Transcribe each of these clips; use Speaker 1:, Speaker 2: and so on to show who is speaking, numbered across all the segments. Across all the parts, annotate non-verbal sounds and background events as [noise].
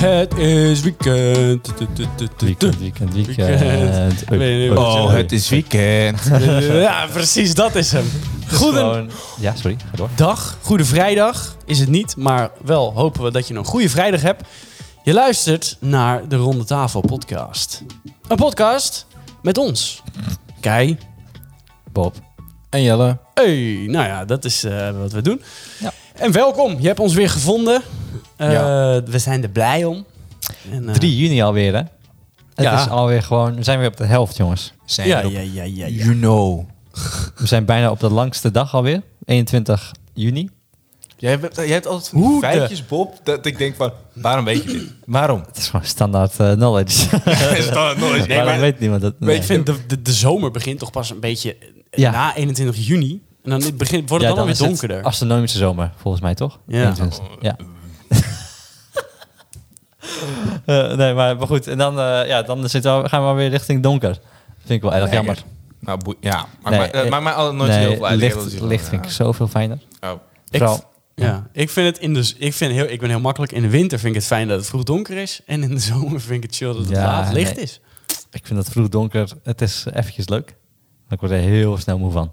Speaker 1: Het is weekend. Tu, tu, tu, tu, tu.
Speaker 2: Weekend, weekend, weekend.
Speaker 1: Weet je niet.
Speaker 2: sorry.
Speaker 3: Oh, het is [laughs] weekend.
Speaker 2: [laughs]
Speaker 1: Ja, precies, dat is hem.
Speaker 2: Het is
Speaker 1: Goeden
Speaker 2: gewoon- Ja, sorry, ga door.
Speaker 1: dag, goede vrijdag is het niet, maar wel hopen we dat je een goede vrijdag hebt. Je luistert naar de Ronde Tafel podcast. Een podcast met ons. Kei.
Speaker 2: Bob. En Jelle.
Speaker 1: Hey, nou ja, dat is eh, wat we doen.
Speaker 2: Ja.
Speaker 1: En welkom, je hebt ons weer gevonden. Eh,
Speaker 3: Ja.
Speaker 1: We zijn er blij om. En, eh,
Speaker 2: 3 juni alweer, hè? Het
Speaker 1: Ja.
Speaker 2: is alweer gewoon... We zijn weer op de helft, jongens.
Speaker 3: Zijn
Speaker 1: Ja,
Speaker 3: we op-
Speaker 1: ja, ja, ja, ja.
Speaker 3: You know.
Speaker 2: We zijn bijna op de langste dag alweer. 21 juni.
Speaker 3: Jij hebt, jij hebt altijd van die
Speaker 1: Hoe de-
Speaker 3: feitjes, Bob, dat ik denk van, waarom weet je dit? Waarom?
Speaker 2: Het is gewoon standaard eh, knowledge. [laughs]
Speaker 3: Is [laughs] dat nooit-
Speaker 2: Nee,
Speaker 3: Nee, maar-
Speaker 2: weet niemand dat.
Speaker 1: Maar ik vind de, de, de zomer begint toch pas een beetje
Speaker 2: Ja.
Speaker 1: na 21 juni. En dan begint, wordt
Speaker 2: Ja,
Speaker 1: het dan,
Speaker 2: is
Speaker 1: alweer donkerder.
Speaker 2: Het astronomische zomer, volgens mij, toch?
Speaker 1: Ja.
Speaker 2: 21ste. ja. [laughs] Eh, nee, maar, maar goed. En dan, eh, ja, dan zitten we, gaan we weer richting donker. Vind ik wel erg
Speaker 3: Nee,
Speaker 2: jammer.
Speaker 3: Nou, boe- ja. Maakt
Speaker 2: Nee,
Speaker 3: mij- dat
Speaker 2: eh,
Speaker 3: maakt mij altijd nooit heel veel uit. Ik heb
Speaker 2: licht,
Speaker 3: altijd
Speaker 2: licht
Speaker 3: zoiets
Speaker 2: vind ik zoveel fijner.
Speaker 3: van, ja. Oh.
Speaker 1: Ik-
Speaker 2: Vooral-
Speaker 1: ja, ik vind het in de, ik, vind heel, ik ben heel makkelijk. In de winter vind ik het fijn dat het vroeg donker is. En in de [laughs] zomer vind ik het chill dat het
Speaker 2: Ja,
Speaker 1: laat licht
Speaker 2: nee.
Speaker 1: is.
Speaker 2: Ik vind dat vroeg donker, het is eventjes leuk. Maar ik word er heel snel moe van.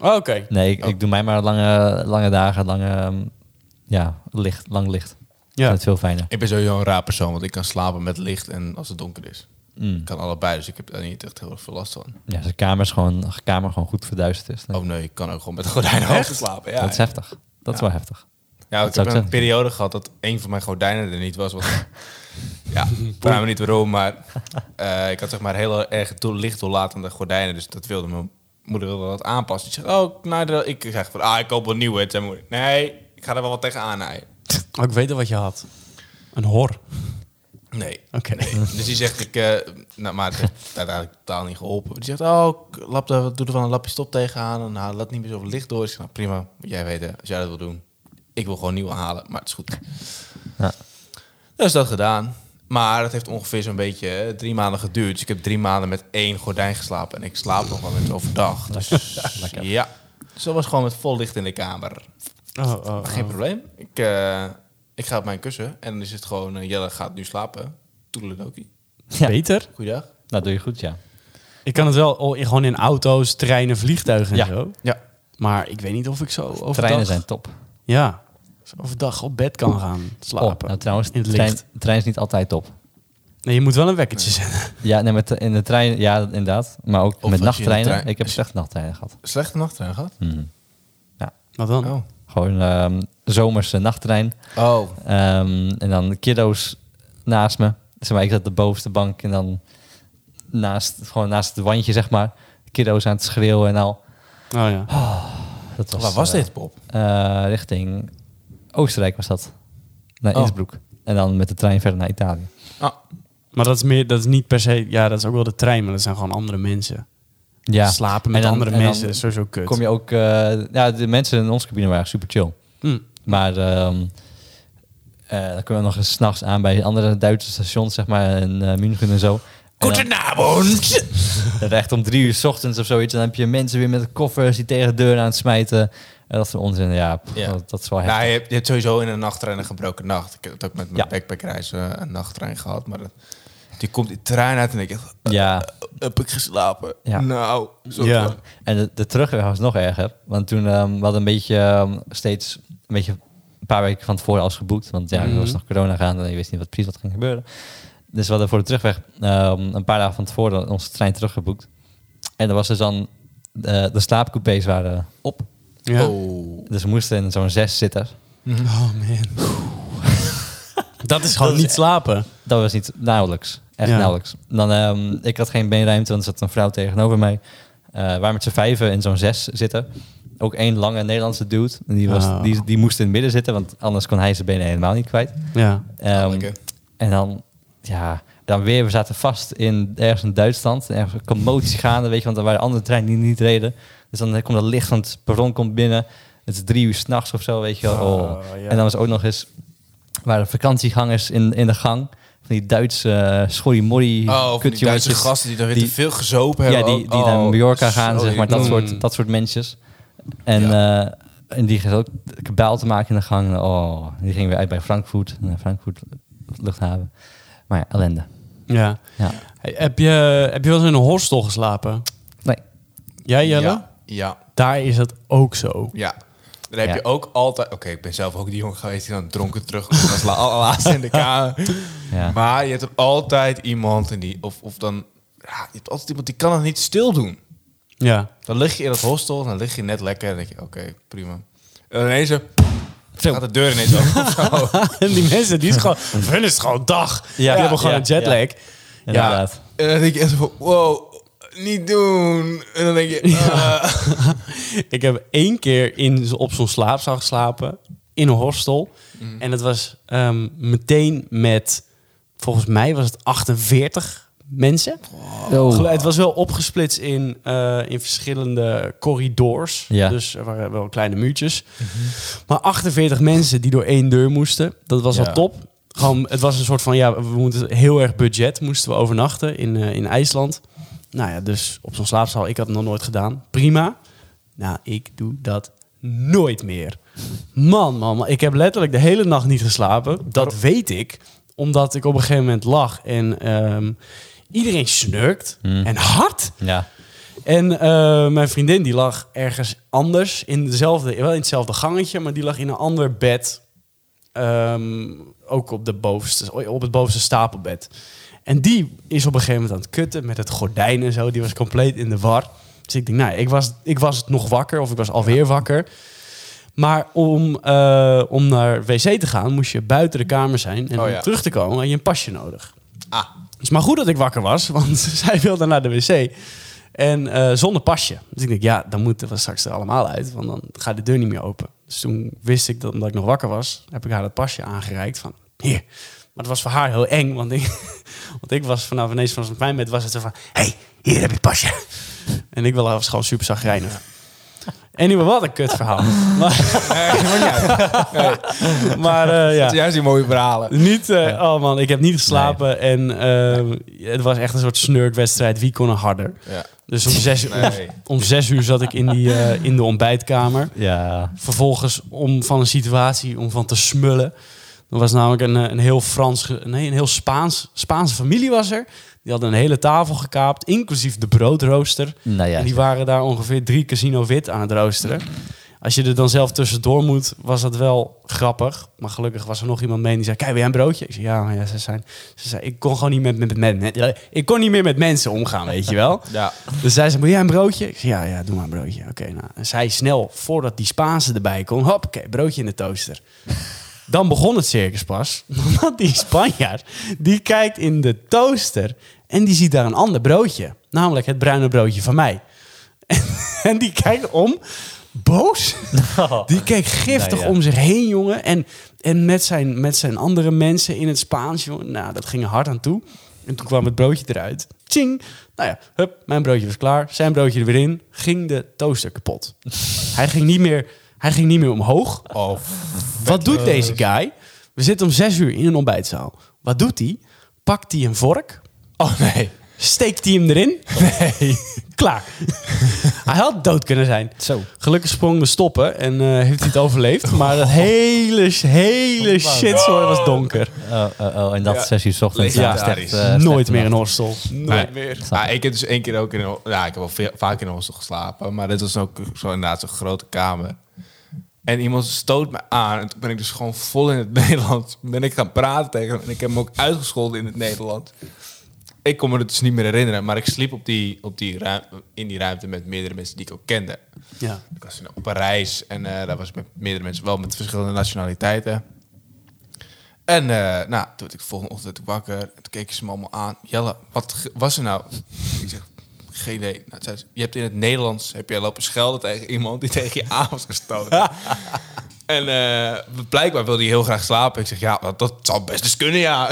Speaker 1: Oh, Oké.
Speaker 2: Nee, ik, ik doe mij maar lange, lange dagen, lange, ehm, ja, licht, lang licht. Ik vind
Speaker 1: Ja.
Speaker 2: het veel fijner.
Speaker 3: Ik ben sowieso een raar persoon, want ik kan slapen met licht en als het donker is.
Speaker 2: Mm.
Speaker 3: Ik kan allebei, dus ik heb daar niet echt heel erg veel last van.
Speaker 2: Ja, als de kamer, is gewoon, als de kamer gewoon goed verduisterd is. dan-
Speaker 3: Oh nee, ik kan ook gewoon met de gordijnen open slapen. Ja,
Speaker 2: dat is heftig. Dat is wel heftig.
Speaker 3: ja ik
Speaker 2: zou
Speaker 3: heb
Speaker 2: ik
Speaker 3: een
Speaker 2: zeggen.
Speaker 3: periode gehad dat een van mijn gordijnen er niet was. Wat...
Speaker 2: [laughs]
Speaker 3: ja, ik vraag me niet waarom, maar eh, ik had zeg maar heel erg doel, licht doorlatende gordijnen. Dus dat wilde mijn moeder wilde wat aanpassen. Die zegt, oh, nou, dat- ik zeg van, ah, ik koop wel nieuwe. Het zijn moeder, nee, ik ga er wel wat tegenaan naaien.
Speaker 1: Oh, ik weet al wat je had. Een hor.
Speaker 3: Nee.
Speaker 1: Oké.
Speaker 3: [laughs] Dus die zegt, ik, eh, nou, maar het heeft uiteindelijk totaal niet geholpen. Die zegt, oh, ik lap daar, doe er wel een lapje stop tegenaan en haal dat niet meer zoveel licht door. Ik zeg, nou, prima, moet jij weten, als jij dat wil doen. Ik wil gewoon nieuw halen, maar het is goed.
Speaker 2: Ja.
Speaker 3: Dus dat gedaan. Maar het heeft ongeveer zo'n beetje eh, drie maanden geduurd. Dus ik heb drie maanden met één gordijn geslapen. En ik slaap nog wel eens overdag. [laughs] Dus ja, dus dat was gewoon met vol licht in de kamer.
Speaker 1: Oh, oh, oh.
Speaker 3: Geen probleem. Ik, eh, ik ga op mijn kussen en dan is het gewoon, eh, Jelle gaat nu slapen. Toedeledokie.
Speaker 2: Ja.
Speaker 1: Beter.
Speaker 3: Goeiedag.
Speaker 2: Nou, doe je goed, ja.
Speaker 1: Ik kan het wel oh, in- gewoon in auto's, treinen, vliegtuigen en
Speaker 2: Ja.
Speaker 1: zo.
Speaker 3: Ja.
Speaker 1: Maar ik weet niet of ik zo overdag...
Speaker 2: Treinen zijn top.
Speaker 1: Ja. Overdag op bed kan gaan
Speaker 2: Oh,
Speaker 1: slapen.
Speaker 2: nou, trouwens,
Speaker 1: in het
Speaker 2: trein,
Speaker 1: licht.
Speaker 2: trein is niet altijd top.
Speaker 1: Nee, je moet wel een wekkertje zetten.
Speaker 2: Ja, nee, met, in de trein, ja, inderdaad. Maar ook
Speaker 3: als je in
Speaker 2: met
Speaker 3: de
Speaker 2: nachttreinen.
Speaker 3: trein-
Speaker 2: Ik heb slecht nachttreinen gehad.
Speaker 3: Slechte nachttrein gehad?
Speaker 2: Mhm.
Speaker 1: Wat dan?
Speaker 3: Oh.
Speaker 2: Gewoon ehm zomerse nachttrein.
Speaker 3: Oh.
Speaker 2: Ehm, en dan kiddo's naast me. Zeg maar, ik zat op de bovenste bank en dan naast, gewoon naast het wandje, zeg maar. Kiddo's aan het schreeuwen en al.
Speaker 1: Oh ja.
Speaker 2: Dat was,
Speaker 3: Waar was
Speaker 2: eh,
Speaker 3: dit, Bob?
Speaker 2: eh, richting Oostenrijk was dat. Naar
Speaker 3: Oh.
Speaker 2: Innsbruck. En dan met de trein verder naar Italië.
Speaker 1: Maar dat is, meer, dat is niet per se... Ja, dat is ook wel de trein, maar dat zijn gewoon andere mensen.
Speaker 2: Ja.
Speaker 1: Slapen met
Speaker 2: En dan-
Speaker 1: andere
Speaker 2: en dan
Speaker 1: mensen is sowieso kut.
Speaker 2: Kom je ook... eh, ja, de mensen in onze cabine waren super chill.
Speaker 1: Hm.
Speaker 2: Maar ehm, eh, dan kunnen we nog eens s'nachts aan bij andere Duitse stations, zeg maar, in eh, München en zo. En dan-
Speaker 3: Goedenavond!
Speaker 2: Dat echt om drie uur 's ochtends of zoiets. En dan heb je mensen weer met koffers die tegen de deur aan het smijten. En dat soort onzin. Ja, pff,
Speaker 3: Ja.
Speaker 2: Dat, dat is wel heftig.
Speaker 3: Nou, je hebt, je hebt sowieso in een nachttrein een gebroken nacht. Ik heb het ook met mijn
Speaker 2: Ja.
Speaker 3: backpackreis eh, een nachttrein gehad. Maar dat- die komt die trein uit en ik echt, "Eh,
Speaker 2: Ja,
Speaker 3: heb ik geslapen?
Speaker 2: Ja.
Speaker 3: Nou, zo
Speaker 1: Ja.
Speaker 2: en de, de terugweg was nog erger. Want toen ehm, we hadden een beetje ehm, steeds een beetje een paar weken van tevoren alles geboekt. Want ja, er was
Speaker 1: Mhm.
Speaker 2: nog corona gaande en je wist niet wat precies wat ging gebeuren. Dus we hadden voor de terugweg ehm, een paar dagen van tevoren onze trein teruggeboekt. En er was dus dan de, de slaapcoupés waren op.
Speaker 1: Ja.
Speaker 3: Oh.
Speaker 2: Dus we moesten in zo'n zes zitten.
Speaker 1: Oh [laughs] man. dat is gewoon niet slapen.
Speaker 2: Dat was niet nauwelijks. Echt
Speaker 1: Ja.
Speaker 2: nauwelijks. Dan, ehm, ik had geen beenruimte, want er zat een vrouw tegenover mij. Eh waar met z'n vijven in zo'n zes zitten. Ook één lange Nederlandse dude. En Die, was,
Speaker 1: Oh.
Speaker 2: die, die moest in het midden zitten, want anders kon hij zijn benen helemaal niet kwijt.
Speaker 1: Ja.
Speaker 2: Ehm,
Speaker 3: Ah, Lekker.
Speaker 2: en dan, ja, dan weer, we zaten vast in ergens in Duitsland. Ergens een
Speaker 3: [laughs]
Speaker 2: commotie gaande, weet je, want er waren andere treinen die niet reden. Dus dan komt dat licht van het perron komt binnen. Het is drie uur s'nachts of zo, weet je
Speaker 3: Ah,
Speaker 2: wel. Oh.
Speaker 1: Oh, ja.
Speaker 2: En dan was ook nog eens, waren vakantiegangers in, in de gang. Van die Duitse uh, schorrimorrie
Speaker 3: Oh, van die Duitse
Speaker 2: kutjongetjes.
Speaker 3: gasten die daar weer
Speaker 2: die-
Speaker 3: te veel gezopen
Speaker 2: Ja,
Speaker 3: hebben.
Speaker 2: die, die naar
Speaker 3: Oh,
Speaker 2: Mallorca gaan,
Speaker 3: sorry.
Speaker 2: zeg maar, dat,
Speaker 3: Mm.
Speaker 2: soort, dat soort mensjes. En, eh, en die gaat ook kabaal te maken in de gang. Oh, die ging weer uit bij Frankfurt. En Frankfurt luchthaven. Maar ja, ellende.
Speaker 1: Ja.
Speaker 2: Ja.
Speaker 1: Hey, heb, je, heb je wel eens in een hostel geslapen?
Speaker 2: Nee.
Speaker 1: Jij, Jelle?
Speaker 3: Ja, ja,
Speaker 1: Daar is dat ook zo.
Speaker 3: ja. Dan heb
Speaker 2: Ja.
Speaker 3: je ook altijd... Oké, ik ben zelf ook die jongen geweest die dan dronken terugkomt als la- [laughs] allerlaatste in de kamer.
Speaker 2: Ja.
Speaker 3: Maar je hebt er altijd iemand en die... Of, of dan... Ja, je hebt altijd iemand die kan het niet stil doen.
Speaker 1: Ja.
Speaker 3: Dan lig je in dat hostel, dan lig je net lekker en dan denk je... Oké, prima. En ineens zo, gaat de deur ineens open. [laughs] of zo.
Speaker 1: En [laughs] die mensen, die is gewoon, voor [laughs] hun is het gewoon dag. Ja, die
Speaker 2: Ja,
Speaker 1: hebben gewoon
Speaker 2: ja,
Speaker 1: een jetlag.
Speaker 2: Inderdaad.
Speaker 3: En dan denk je echt zo van... Wow, niet doen. En dan denk je... eh,
Speaker 1: [laughs] Ik heb één keer in, zo- op zo'n slaapzaal geslapen, in een hostel. En dat was ehm, meteen met, volgens mij was het 48 mensen.
Speaker 3: Oh.
Speaker 2: Oh.
Speaker 1: Gelu- Het was wel opgesplitst in, eh, in verschillende corridors.
Speaker 2: Ja.
Speaker 1: Dus er waren wel kleine muurtjes. Maar 48 mensen die door één deur moesten, dat was
Speaker 3: Ja.
Speaker 1: al top. Gewoon, het was een soort van, ja, we moeten heel erg budget moesten we overnachten in, eh, in IJsland. Nou ja, dus op zo'n slaapzaal, ik had het nog nooit gedaan. Prima. Nou, ik doe dat nooit meer. Man, man, man, ik heb letterlijk de hele nacht niet geslapen. Dat weet ik, omdat ik op een gegeven moment lag en ehm, iedereen snurkt
Speaker 2: Hmm.
Speaker 1: en hard.
Speaker 2: Ja.
Speaker 1: En eh, mijn vriendin die lag ergens anders, in dezelfde, wel in hetzelfde gangetje, maar die lag in een ander bed. Ehm, ook op, de bovenste, op het bovenste stapelbed. En die is op een gegeven moment aan het kutten met het gordijn en zo. Die was compleet in de war. Dus ik denk, nou, ik was, ik was nog wakker of ik was alweer wakker. Maar om, eh, om naar wc te gaan, moest je buiten de kamer zijn. En
Speaker 3: Oh
Speaker 1: om
Speaker 3: ja.
Speaker 1: terug te komen had je een pasje nodig.
Speaker 3: ah,
Speaker 1: Het is maar goed dat ik wakker was, [laughs] want zij wilde naar de wc. En eh, zonder pasje. Dus ik denk, ja, dan moeten we straks er allemaal uit, want dan gaat de deur niet meer open. Dus toen wist ik dat, omdat ik nog wakker was, heb ik haar dat pasje aangereikt van, hier. Maar het was voor haar heel eng, want ik, [laughs] want ik was vanaf ineens van mijn bed, was het zo van, hé, hey, hier heb je het pasje. [laughs] En ik wel- was gewoon super zagrijnig. Anyway, wat een kut verhaal. [laughs] Maar,
Speaker 3: nee, maar niet uit.
Speaker 1: [laughs] maar eh, ja.
Speaker 3: Het zijn juist die mooie verhalen.
Speaker 1: Niet, eh, oh man, ik heb niet geslapen. En eh, het was echt een soort snurkwedstrijd. Wie kon er harder?
Speaker 3: Ja.
Speaker 1: Dus om zes, uur-
Speaker 3: Nee.
Speaker 1: om zes uur zat ik in, die, eh, in de ontbijtkamer.
Speaker 2: Ja.
Speaker 1: Vervolgens om van een situatie om van te smullen. Er was namelijk een, eh, een heel Frans, ge- nee, een heel Spaans, Spaanse familie was er. Die hadden een hele tafel gekaapt, inclusief de broodrooster.
Speaker 2: Nou ja.
Speaker 1: En die waren daar ongeveer drie Casino Wit aan het roosteren. Als je er dan zelf tussendoor moet, was dat wel grappig. Maar gelukkig was er nog iemand mee die zei... Kijk, wil jij een broodje? Ik zei, ja, maar ja, ze zijn... Ze zei, ik kon gewoon niet, met, met, met, met- ik kon niet meer met mensen omgaan, weet je wel.
Speaker 3: Ja.
Speaker 1: Dus zij zei, wil jij een broodje? Ik zei, ja, ja, doe maar een broodje. Oké, nou. En zij snel, voordat die Spaanse erbij kon... Hop, oké, broodje in de toaster. Dan begon het circus pas. [laughs] Want die Spanjaard, die kijkt in de toaster... en die ziet daar een ander broodje. Namelijk het bruine broodje van mij. [laughs] En, die kijkt om, boos. Die keek giftig
Speaker 2: Nou ja.
Speaker 1: om zich heen, jongen. En, en met, zijn, met zijn andere mensen in het Spaans, jongen. Nou, dat ging er hard aan toe. En toen kwam het broodje eruit. Tjing. Nou ja, hup, mijn broodje was klaar. Zijn broodje er weer in. Ging de toaster kapot. hij, ging niet meer, hij ging niet meer omhoog.
Speaker 3: Oh,
Speaker 1: Wat doet deze guy? We zitten om zes uur in een ontbijtzaal. Wat doet hij? Pakt hij een vork?
Speaker 3: oh nee.
Speaker 1: Steekt hij hem erin? Nee. [laughs] Klaar. hij had dood kunnen zijn.
Speaker 2: Zo.
Speaker 1: Gelukkig sprong de stoppen en eh, heeft hij het overleefd. Maar dat hele, hele shitzooi was donker.
Speaker 2: Oh, oh, oh, en dat
Speaker 3: Ja.
Speaker 2: zes uur 's ochtends.
Speaker 3: Ja,
Speaker 2: Ja, slecht, eh,
Speaker 1: Nooit
Speaker 2: slechte
Speaker 1: meer een
Speaker 2: nacht.
Speaker 1: hostel.
Speaker 3: Nee. Ja, ik heb dus één keer ook in een, ja, ik heb wel veel- vaak in een hostel geslapen, maar dit was ook zo inderdaad zo'n grote kamer. En iemand stoot me aan en toen ben ik dus gewoon vol in het [laughs] Nederlands. Ben ik gaan praten tegen hem en ik heb hem ook uitgescholden in het Nederlands. Ik kon me het dus niet meer herinneren, maar ik sliep op die, op die ruim- in die ruimte met meerdere mensen die ik ook kende.
Speaker 1: Ja.
Speaker 3: Ik was in, op een reis en eh, daar was ik met meerdere mensen wel met verschillende nationaliteiten. En eh, nou, toen werd ik volgende ochtend wakker. En toen keken ze me allemaal aan. Jelle, wat ge- was er nou? Ik zeg, geen idee. Nou, zei ze, je hebt in het Nederlands heb je lopen schelden tegen iemand die tegen je aan was
Speaker 1: [laughs]
Speaker 3: gestoten. en eh, blijkbaar wilde hij heel graag slapen. Ik zeg, ja, dat, dat zal best eens kunnen, ja.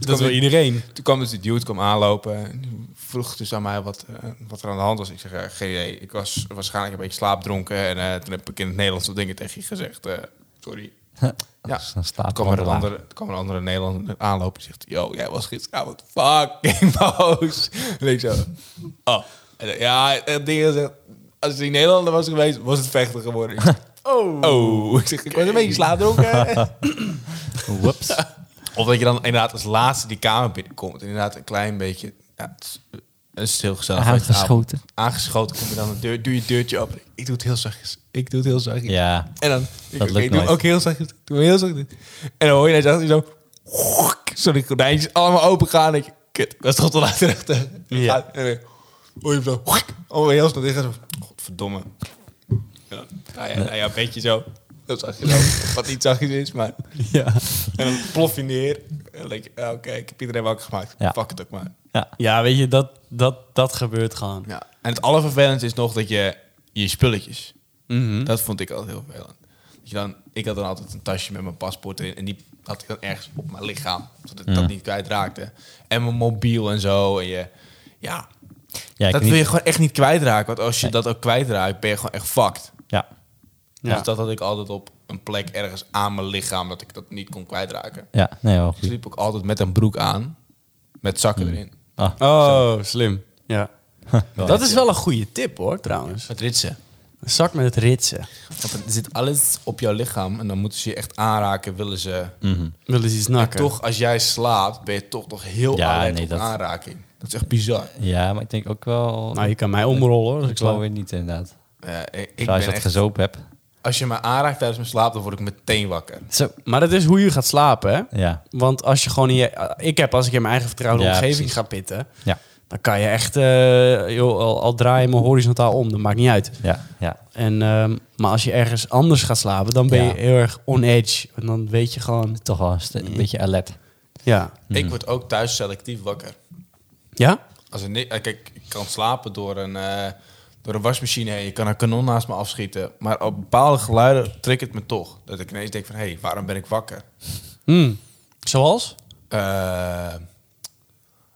Speaker 1: Dat wil iedereen.
Speaker 3: Toen kwam dus die dude kwam aanlopen en die vroeg dus aan mij wat, eh, wat er aan de hand was. Ik zeg, eh, geen idee. Ik was waarschijnlijk een beetje slaapdronken en eh, toen heb ik in het Nederlands wat dingen tegen je gezegd. eh, sorry. Ja,
Speaker 2: Dus [laughs] dan slaap
Speaker 3: toen
Speaker 2: ik
Speaker 3: kwam er een
Speaker 2: onder
Speaker 3: andere, toen kwam er een andere Nederlander aanlopen en zegt, yo, jij was gisteravond [laughs] fucking boos. En ik zo, oh. En, eh, ja, het ding is, eh, als die Nederlander was geweest, was het vechten geworden. Ik zeg,
Speaker 1: Oh.
Speaker 3: oh, ik zeg, ik was een beetje slaapdronken.
Speaker 2: Whoops.
Speaker 3: Of dat je dan inderdaad als laatste die kamer binnenkomt. En inderdaad een klein beetje... Ja, het is een stil gezellig feestje.
Speaker 2: Aangeschoten.
Speaker 3: Aangeschoten kom je dan de deur, doe je deurtje open. Ik doe het heel zachtjes. Ik doe het heel zachtjes.
Speaker 2: [laughs] Ja.
Speaker 3: En dan... Ik,
Speaker 2: Dat
Speaker 3: oké,
Speaker 2: lukt
Speaker 3: doe
Speaker 2: nooit.
Speaker 3: ook heel zachtjes. Doe heel zachtjes. En dan hoor je ineens achter je zo... Zo die gordijntjes allemaal open gaan. En ik, kut, dat is toch te laat achter.
Speaker 1: Ja.
Speaker 3: En dan weer, hoor je hem zo... Allemaal heel snel dicht. en zo, Godverdomme. Ja, nou ja, nou ja, een beetje zo. Heel zachtjes ook. Wat niet zachtjes is, maar...
Speaker 1: Ja.
Speaker 3: En dan plof je neer. En denk je, ah, oké, ik heb iedereen wakker gemaakt.
Speaker 2: Ja.
Speaker 3: Fuck het ook maar.
Speaker 1: ja, weet je, dat, dat, dat gebeurt gewoon.
Speaker 3: Ja. En het allervervelendste is nog dat je je spulletjes...
Speaker 1: Mhm.
Speaker 3: Dat vond ik altijd heel vervelend. Dat je dan, ik had dan altijd een tasje met mijn paspoort erin. En die had ik dan ergens op mijn lichaam. Zodat ik
Speaker 2: Mhm.
Speaker 3: dat niet kwijtraakte. En mijn mobiel en zo. En je, ja,
Speaker 2: Ja, ik
Speaker 3: dat
Speaker 2: niet-
Speaker 3: wil je gewoon echt niet kwijtraken. Want als je dat ook kwijtraakt, ben je gewoon echt fucked.
Speaker 2: ja.
Speaker 1: Ja.
Speaker 3: Dus dat had ik altijd op een plek ergens aan mijn lichaam. Dat ik dat niet kon kwijtraken.
Speaker 2: ja, nee, wel
Speaker 3: Ik
Speaker 2: goed.
Speaker 3: sliep ook altijd met een broek aan. Met zakken erin.
Speaker 2: Ah,
Speaker 1: Oh, slim. [laughs] Ja.
Speaker 2: wel.
Speaker 1: Dat is wel een goede tip hoor, trouwens.
Speaker 3: Met ritsen.
Speaker 1: Een zak met het ritsen.
Speaker 3: Want er zit alles op jouw lichaam. En dan moeten ze je echt aanraken. Willen ze...
Speaker 2: Mhm.
Speaker 1: Willen ze iets nakken?
Speaker 3: Toch, als jij slaapt, ben je toch nog heel
Speaker 2: Ja,
Speaker 3: alert
Speaker 2: nee,
Speaker 3: op
Speaker 2: dat-
Speaker 3: aanraking. Dat is echt bizar.
Speaker 2: Ja, maar ik denk ook wel...
Speaker 1: Nou, je kan mij omrollen hoor. als ik
Speaker 2: ik wel
Speaker 1: slaap.
Speaker 2: weer niet, inderdaad.
Speaker 3: Ja, ik ik
Speaker 2: Ik
Speaker 3: ben
Speaker 2: als je dat
Speaker 3: echt,
Speaker 2: gezopen hebt.
Speaker 3: als je me aanraakt tijdens mijn slaap, dan word ik meteen wakker.
Speaker 2: Zo.
Speaker 1: Maar dat is hoe je gaat slapen, hè?
Speaker 2: Ja,
Speaker 1: Want als je gewoon in je... Ik heb, als ik in mijn eigen vertrouwde
Speaker 2: Ja,
Speaker 1: omgeving
Speaker 2: precies.
Speaker 1: ga pitten...
Speaker 2: Ja.
Speaker 1: dan kan je echt... eh, joh, al, al draai je me horizontaal om, dat maakt niet uit.
Speaker 2: ja, ja.
Speaker 1: En, ehm, maar als je ergens anders gaat slapen, dan ben
Speaker 2: Ja.
Speaker 1: je heel erg on edge. En dan weet je gewoon...
Speaker 2: Toch wel een, st- een beetje alert.
Speaker 1: Ja.
Speaker 2: Hmm.
Speaker 3: Ik word ook thuis selectief wakker.
Speaker 1: Ja?
Speaker 3: Als er ni- eh, kijk, ik kan slapen door een, eh, door een wasmachine heen. Je kan een kanon naast me afschieten. Maar op bepaalde geluiden triggert het me toch. Dat ik ineens denk van, hé, hey, waarom ben ik wakker?
Speaker 1: Hm. Zoals?
Speaker 3: Eh,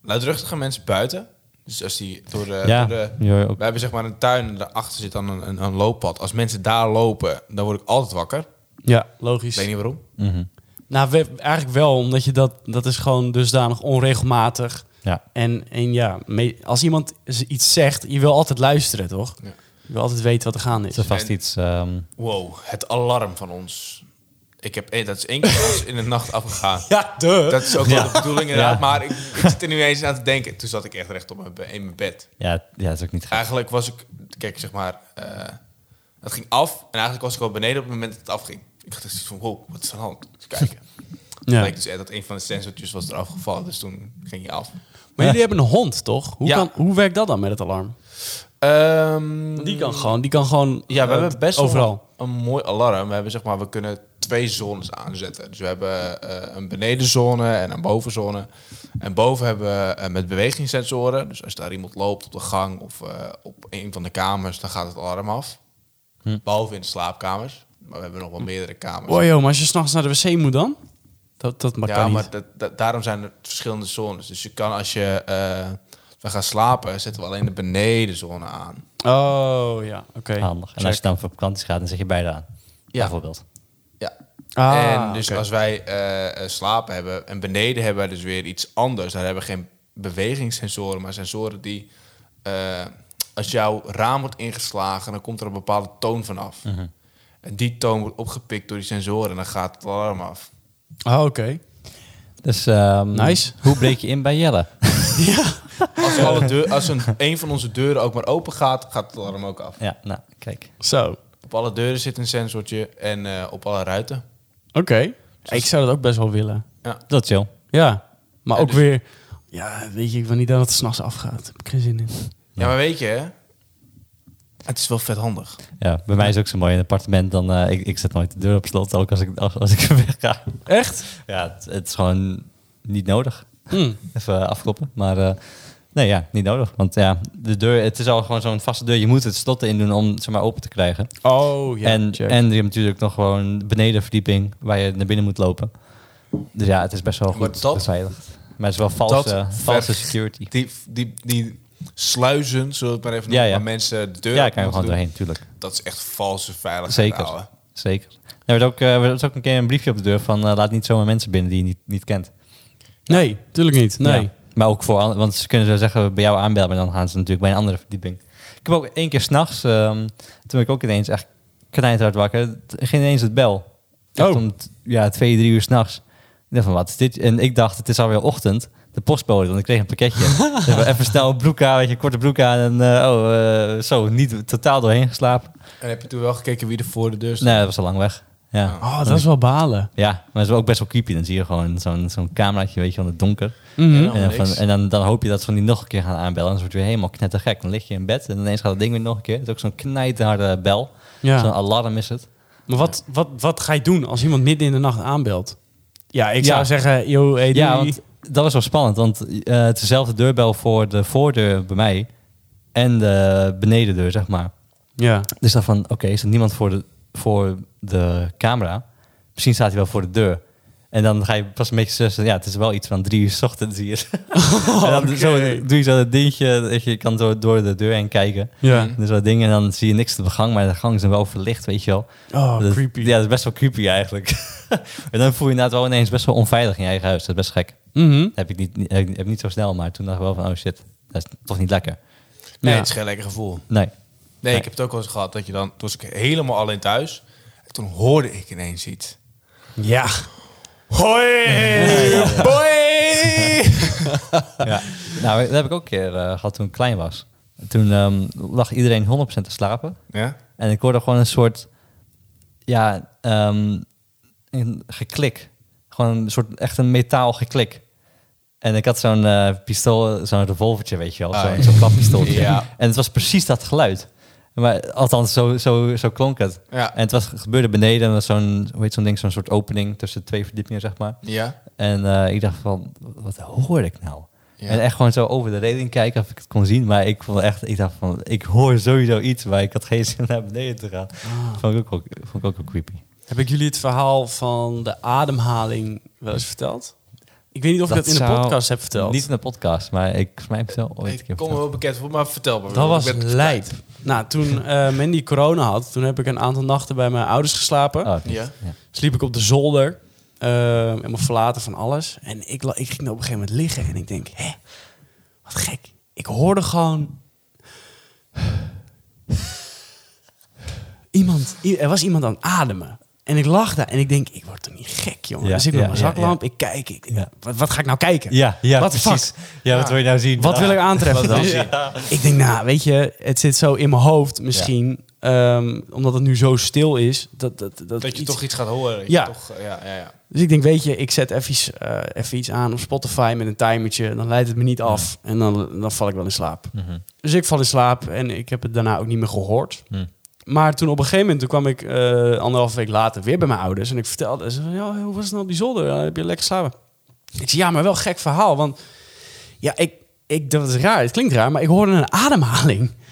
Speaker 3: luidruchtige mensen buiten. Dus als die door de...
Speaker 2: ja,
Speaker 3: door de-
Speaker 2: je hoort ook-
Speaker 3: We hebben zeg maar een tuin en daarachter zit dan een, een, een looppad. Als mensen daar lopen, dan word ik altijd wakker.
Speaker 1: Ja,
Speaker 3: Ik
Speaker 1: logisch.
Speaker 3: weet niet waarom.
Speaker 2: mhm.
Speaker 1: Nou, we- eigenlijk wel, omdat je dat... Dat is gewoon dusdanig onregelmatig.
Speaker 2: Ja.
Speaker 1: En, en ja, me- als iemand z- iets zegt, je wil altijd luisteren, toch?
Speaker 3: Ja.
Speaker 1: Je wil altijd weten wat er gaande
Speaker 2: Het
Speaker 1: is.
Speaker 2: is vast
Speaker 3: En-
Speaker 2: iets... ehm,
Speaker 3: Wow, het alarm van ons. Ik heb, eh, dat is [laughs] één keer bij ons in de nacht afgegaan.
Speaker 1: Ja, duh.
Speaker 3: Dat is ook wel de bedoeling inderdaad.
Speaker 2: Ja.
Speaker 3: Maar ik, ik zit er nu eens aan te denken. Toen zat ik echt recht op mijn, be- in mijn bed.
Speaker 2: ja, ja, dat is ook niet gaaf.
Speaker 3: Eigenlijk was ik... Kijk, zeg maar... eh het ging af. En eigenlijk was ik al beneden op het moment dat het afging. Ik had echt zoiets van, wow, wat is er aan de hand? Eens kijken.
Speaker 1: Ja.
Speaker 3: Bleek dus echt dat een van de sensortjes was eraf gevallen. Dus toen ging hij af.
Speaker 1: Maar jullie hebben een hond, toch? Hoe,
Speaker 3: Ja.
Speaker 1: kan, hoe werkt dat dan met het alarm? Mm.
Speaker 3: Ehm,
Speaker 1: Die kan gewoon, die kan gewoon
Speaker 3: Ja, we
Speaker 1: eh,
Speaker 3: hebben best wel
Speaker 1: overal.
Speaker 3: een mooi alarm. We hebben zeg maar, we kunnen twee zones aanzetten. Dus we hebben eh, een benedenzone en een bovenzone. En boven hebben we eh, met bewegingssensoren. Dus als daar iemand loopt op de gang of eh, op een van de kamers, dan gaat het alarm af.
Speaker 2: Hm.
Speaker 3: Behalve in de slaapkamers. Maar we hebben nog wel meerdere kamers.
Speaker 1: Oh joh, maar als je s'nachts naar de wc moet dan? Dat, dat maar
Speaker 3: ja,
Speaker 1: kan
Speaker 3: maar
Speaker 1: niet.
Speaker 3: dat, dat- daarom zijn er verschillende zones. Dus je kan als je eh, we gaan slapen, zetten we alleen de benedenzone aan.
Speaker 1: Oh ja, oké.
Speaker 2: Handig. En
Speaker 1: Check.
Speaker 2: als je dan op vakantie gaat, dan zeg je beide aan. Bijvoorbeeld.
Speaker 3: Ja,
Speaker 1: Ah,
Speaker 3: en dus
Speaker 1: oké.
Speaker 3: als wij eh, eh, slapen hebben en beneden hebben wij dus weer iets anders. Daar hebben we geen bewegingssensoren, maar sensoren die... eh, als jouw raam wordt ingeslagen, dan komt er een bepaalde toon vanaf.
Speaker 1: Mhm.
Speaker 3: En die toon wordt opgepikt door die sensoren en dan gaat het
Speaker 1: [laughs]
Speaker 3: alarm af.
Speaker 1: Ah, oké.
Speaker 2: Dus, ehm,
Speaker 1: Nice.
Speaker 2: [laughs] Hoe breek je in bij Jelle?
Speaker 3: Als, alle deur, als een, een van onze deuren ook maar open gaat, gaat het alarm ook af.
Speaker 2: Ja, nou, kijk.
Speaker 1: Zo, oké.
Speaker 3: Op alle deuren zit een sensortje en eh, op alle ruiten.
Speaker 1: Ik zou dat ook best wel willen.
Speaker 2: Dat is chill.
Speaker 1: Ja, maar
Speaker 3: Ja,
Speaker 1: ook
Speaker 3: dus-
Speaker 1: weer... Ja, weet je, ik wil niet dat het s'nachts afgaat. Daar heb ik geen zin in.
Speaker 3: Ja, maar weet je, hè? het is wel vet handig.
Speaker 2: Ja, bij mij is ook zo mooi in een appartement. Dan, eh, ik, ik zet nooit de deur op slot, ook als ik, als, als ik [laughs] wegga.
Speaker 1: Echt?
Speaker 2: Ja, het, het is gewoon niet nodig.
Speaker 3: Hmm.
Speaker 1: Hm.
Speaker 2: [laughs] Even afkloppen. Maar eh, nee, ja, niet nodig. Want ja, de deur, het is al gewoon zo'n vaste deur. Je moet het slot erin doen om zeg maar, open te krijgen.
Speaker 1: Oh ja,
Speaker 2: en,
Speaker 1: check.
Speaker 2: en je hebt natuurlijk nog gewoon benedenverdieping waar je naar binnen moet lopen. Dus ja, het is best wel
Speaker 3: Maar
Speaker 2: goed
Speaker 3: dat-
Speaker 2: beveiligd. Maar het is wel valse,
Speaker 3: ver-
Speaker 2: valse security.
Speaker 3: Die, die, die sluizen, zullen we het maar even
Speaker 2: Ja,
Speaker 3: noemen,
Speaker 2: ja.
Speaker 3: waar mensen de deur
Speaker 2: Ja,
Speaker 3: op
Speaker 2: kan je gewoon
Speaker 3: moeten doen.
Speaker 2: doorheen, tuurlijk.
Speaker 3: Dat is echt valse veiligheid.
Speaker 2: Zeker.
Speaker 3: ouwe.
Speaker 2: Zeker. Er werd, ook, eh, er werd ook een keer een briefje op de deur van eh, laat niet zomaar mensen binnen die je niet, niet kent.
Speaker 1: Nee, tuurlijk niet. Nee.
Speaker 2: Ja. Maar ook voor, an- want ze kunnen zo zeggen bij jou aanbellen, maar dan gaan ze natuurlijk bij een andere verdieping. Ik heb ook één keer s'nachts, ehm toen werd ik ook ineens echt knijterhard wakker, t- ging ineens het bel. Echt
Speaker 1: Oh.
Speaker 2: om t- ja, twee, drie uur s'nachts. Ik dacht van, wat is dit? En ik dacht, het is alweer ochtend. De postbode, want ik kreeg een
Speaker 1: [laughs]
Speaker 2: pakketje. Dus we even snel broek aan, weet je, korte broek aan. En eh, oh, eh, zo, niet totaal doorheen geslapen.
Speaker 3: En heb je toen wel gekeken wie er voor de deur stond?
Speaker 2: Nee, dat was al lang weg. Ja.
Speaker 3: Oh.
Speaker 1: Oh, dat is wel balen.
Speaker 2: Ja, maar het is wel ook best wel creepy. Dan zie je gewoon zo'n zo'n cameraatje, weet je, van het donker.
Speaker 1: Mhm.
Speaker 3: Ja.
Speaker 2: en dan,
Speaker 3: niks.
Speaker 2: van- en dan, dan hoop je dat ze van die nog een keer gaan aanbellen. En dan wordt het weer helemaal knettergek. Dan lig je in bed en ineens gaat het ding weer nog een keer. Het is ook zo'n knijterharde bel. Zo'n
Speaker 1: Ja.
Speaker 2: alarm is het.
Speaker 1: Maar wat, wat, wat ga je doen als iemand midden in de nacht aanbelt? Ja, ik zou
Speaker 2: Ja.
Speaker 1: zeggen, yo, hey,
Speaker 2: Ja,
Speaker 1: doei.
Speaker 2: want dat was wel spannend. Want eh, het is dezelfde deurbel voor de voordeur bij mij. En de benedendeur, zeg maar.
Speaker 1: ja.
Speaker 2: Dus dan van, oké, is er niemand voor de, voor de camera? Misschien staat hij wel voor de deur. En dan ga je pas een beetje zussen. Ja, het is wel iets van drie uur 's
Speaker 1: [laughs]
Speaker 2: ochtends hier. en dan zo,
Speaker 1: oké.
Speaker 2: doe je zo dat dingetje. dat Je kan door, door de deur heen kijken.
Speaker 1: Ja.
Speaker 2: Dus dat ding. En dan zie je niks op de gang. Maar de gang is dan wel verlicht, weet je wel.
Speaker 1: Oh,
Speaker 2: Dat-
Speaker 1: creepy.
Speaker 2: Ja, dat is best wel creepy eigenlijk. [laughs] en dan voel je inderdaad wel ineens best wel onveilig in je eigen huis. Dat is best gek.
Speaker 1: Mhm.
Speaker 2: Dat heb ik niet, niet- heb ik niet zo snel. Maar toen dacht ik wel van, oh shit. Dat is toch niet lekker.
Speaker 3: Nee,
Speaker 1: Ja.
Speaker 3: het is geen lekker gevoel. Nee,
Speaker 2: Nee.
Speaker 3: ik heb het ook wel eens gehad dat je dan... Toen was ik helemaal alleen thuis. En toen hoorde ik ineens iets.
Speaker 1: Ja.
Speaker 3: Hoi! Boy!
Speaker 2: Ja. Nou, dat heb ik ook een keer eh, gehad toen ik klein was. Toen ehm, lag iedereen 100% te slapen.
Speaker 3: Ja?
Speaker 2: En ik hoorde gewoon een soort... Ja, ehm, een geklik. Gewoon een soort echt een metaal geklik. En ik had zo'n eh, pistool, zo'n revolvertje, weet je wel.
Speaker 3: Ah,
Speaker 2: zo'n
Speaker 3: ja.
Speaker 2: zo'n klappistooltje.
Speaker 3: Ja.
Speaker 2: En het was precies dat geluid. Maar althans, zo, zo, zo klonk het.
Speaker 3: Ja.
Speaker 2: En het was, gebeurde beneden. en was zo'n, hoe heet zo'n ding? Zo'n soort opening tussen twee verdiepingen, zeg maar.
Speaker 3: Ja?
Speaker 2: En eh, ik dacht van, wat hoor ik nou?
Speaker 3: Ja.
Speaker 2: En echt gewoon zo over de reling kijken of ik het kon zien. Maar ik vond echt, ik dacht van, ik hoor sowieso iets, maar ik had geen [laughs] zin om naar beneden te gaan.
Speaker 1: Ah.
Speaker 2: Vond, ik ook, wel- vond ik ook wel creepy.
Speaker 1: Heb ik jullie het verhaal van de ademhaling wel eens verteld? Ik weet niet of ik dat in de
Speaker 2: zou-
Speaker 1: podcast heb verteld.
Speaker 2: Niet in de podcast, maar ik, volgens mij heb ik het wel ooit een
Speaker 3: Ik
Speaker 2: keer
Speaker 3: kom me
Speaker 2: verteld.
Speaker 3: wel bekend voor, maar vertel maar.
Speaker 1: Dat was
Speaker 3: Ik ben-
Speaker 1: lijp. Nou, toen eh, Mandy corona had, toen heb ik een aantal nachten bij mijn ouders geslapen.
Speaker 2: Oh, oké.
Speaker 3: Ja.
Speaker 2: Ja.
Speaker 1: Sliep ik op de zolder, eh, helemaal verlaten van alles. En ik, la- ik ging er op een gegeven moment liggen en ik denk, hè, wat gek. Ik hoorde gewoon... Iemand, i- er was iemand aan het ademen. En ik lag daar en ik denk, ik word er niet gek, jongen.
Speaker 2: Ja,
Speaker 1: dus ik met
Speaker 2: ja,
Speaker 1: mijn
Speaker 2: ja,
Speaker 1: zaklamp, ik kijk. Ik, denk,
Speaker 2: Ja.
Speaker 1: wat, wat ga ik nou kijken?
Speaker 2: ja, ja,
Speaker 1: What the
Speaker 2: precies. Ja, wat wil je nou zien?
Speaker 1: Wat wil ik aantreffen
Speaker 3: Wat
Speaker 1: dan?
Speaker 3: wil je
Speaker 1: Ik denk, nou, weet je, het zit zo in mijn hoofd misschien. ehm, omdat het nu zo stil is. Dat, dat, dat,
Speaker 3: Dat je
Speaker 1: iets-
Speaker 3: toch iets gaat horen. dat je
Speaker 1: Ja.
Speaker 3: toch, eh, ja, ja, ja.
Speaker 1: Dus ik denk, weet je, ik zet even iets, eh, even iets aan op Spotify met een timertje. Dan leidt het me niet af en dan, dan val ik wel in slaap.
Speaker 2: Mhm.
Speaker 1: Dus ik val in slaap en ik heb het daarna ook niet meer gehoord.
Speaker 2: Hm.
Speaker 1: Maar toen op een gegeven moment toen kwam ik eh anderhalve week later weer bij mijn ouders. En ik vertelde, ze van, ja, hoe was het nou op die zolder? Ja, heb je lekker slapen? Ik zei, ja, maar wel een gek verhaal. Want ja, ik, ik, dat is raar, het klinkt raar, maar ik hoorde een ademhaling. [laughs]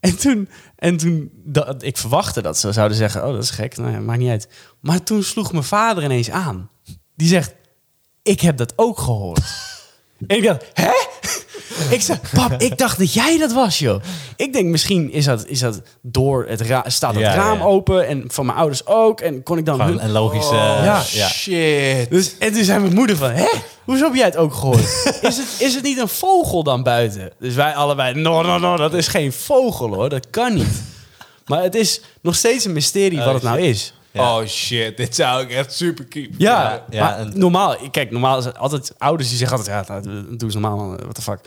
Speaker 1: En toen, en toen dat, ik verwachtte dat ze zouden zeggen, oh, dat is gek, nou ja, maakt niet uit. Maar toen sloeg mijn vader ineens aan. Die zegt, ik heb dat ook
Speaker 2: [laughs]
Speaker 1: gehoord. en ik dacht, hè? [laughs] ik zei, pap, ik dacht dat jij dat was, joh. Ik denk, misschien is dat, is dat door het ra- staat het
Speaker 2: Ja, ja,
Speaker 1: raam
Speaker 2: ja.
Speaker 1: open en van mijn ouders ook. En kon ik dan... hun-
Speaker 2: Gewoon een logische...
Speaker 3: Oh,
Speaker 1: ja.
Speaker 2: ja.
Speaker 3: shit.
Speaker 1: dus, en toen zei mijn moeder van, hè? Hoezo heb jij het ook gehoord? Is het, is het niet een vogel dan buiten? Dus wij allebei, no, no, no, dat is geen vogel hoor, dat kan niet. Maar het is nog steeds een mysterie wat het nou is.
Speaker 2: Ja.
Speaker 3: Oh shit, dit zou ik echt super keep.
Speaker 1: Ja,
Speaker 2: Ja,
Speaker 1: maar
Speaker 2: en-
Speaker 1: normaal, kijk, normaal is het altijd ouders die zeggen altijd, ja, nou, doe eens normaal, man, what the fuck.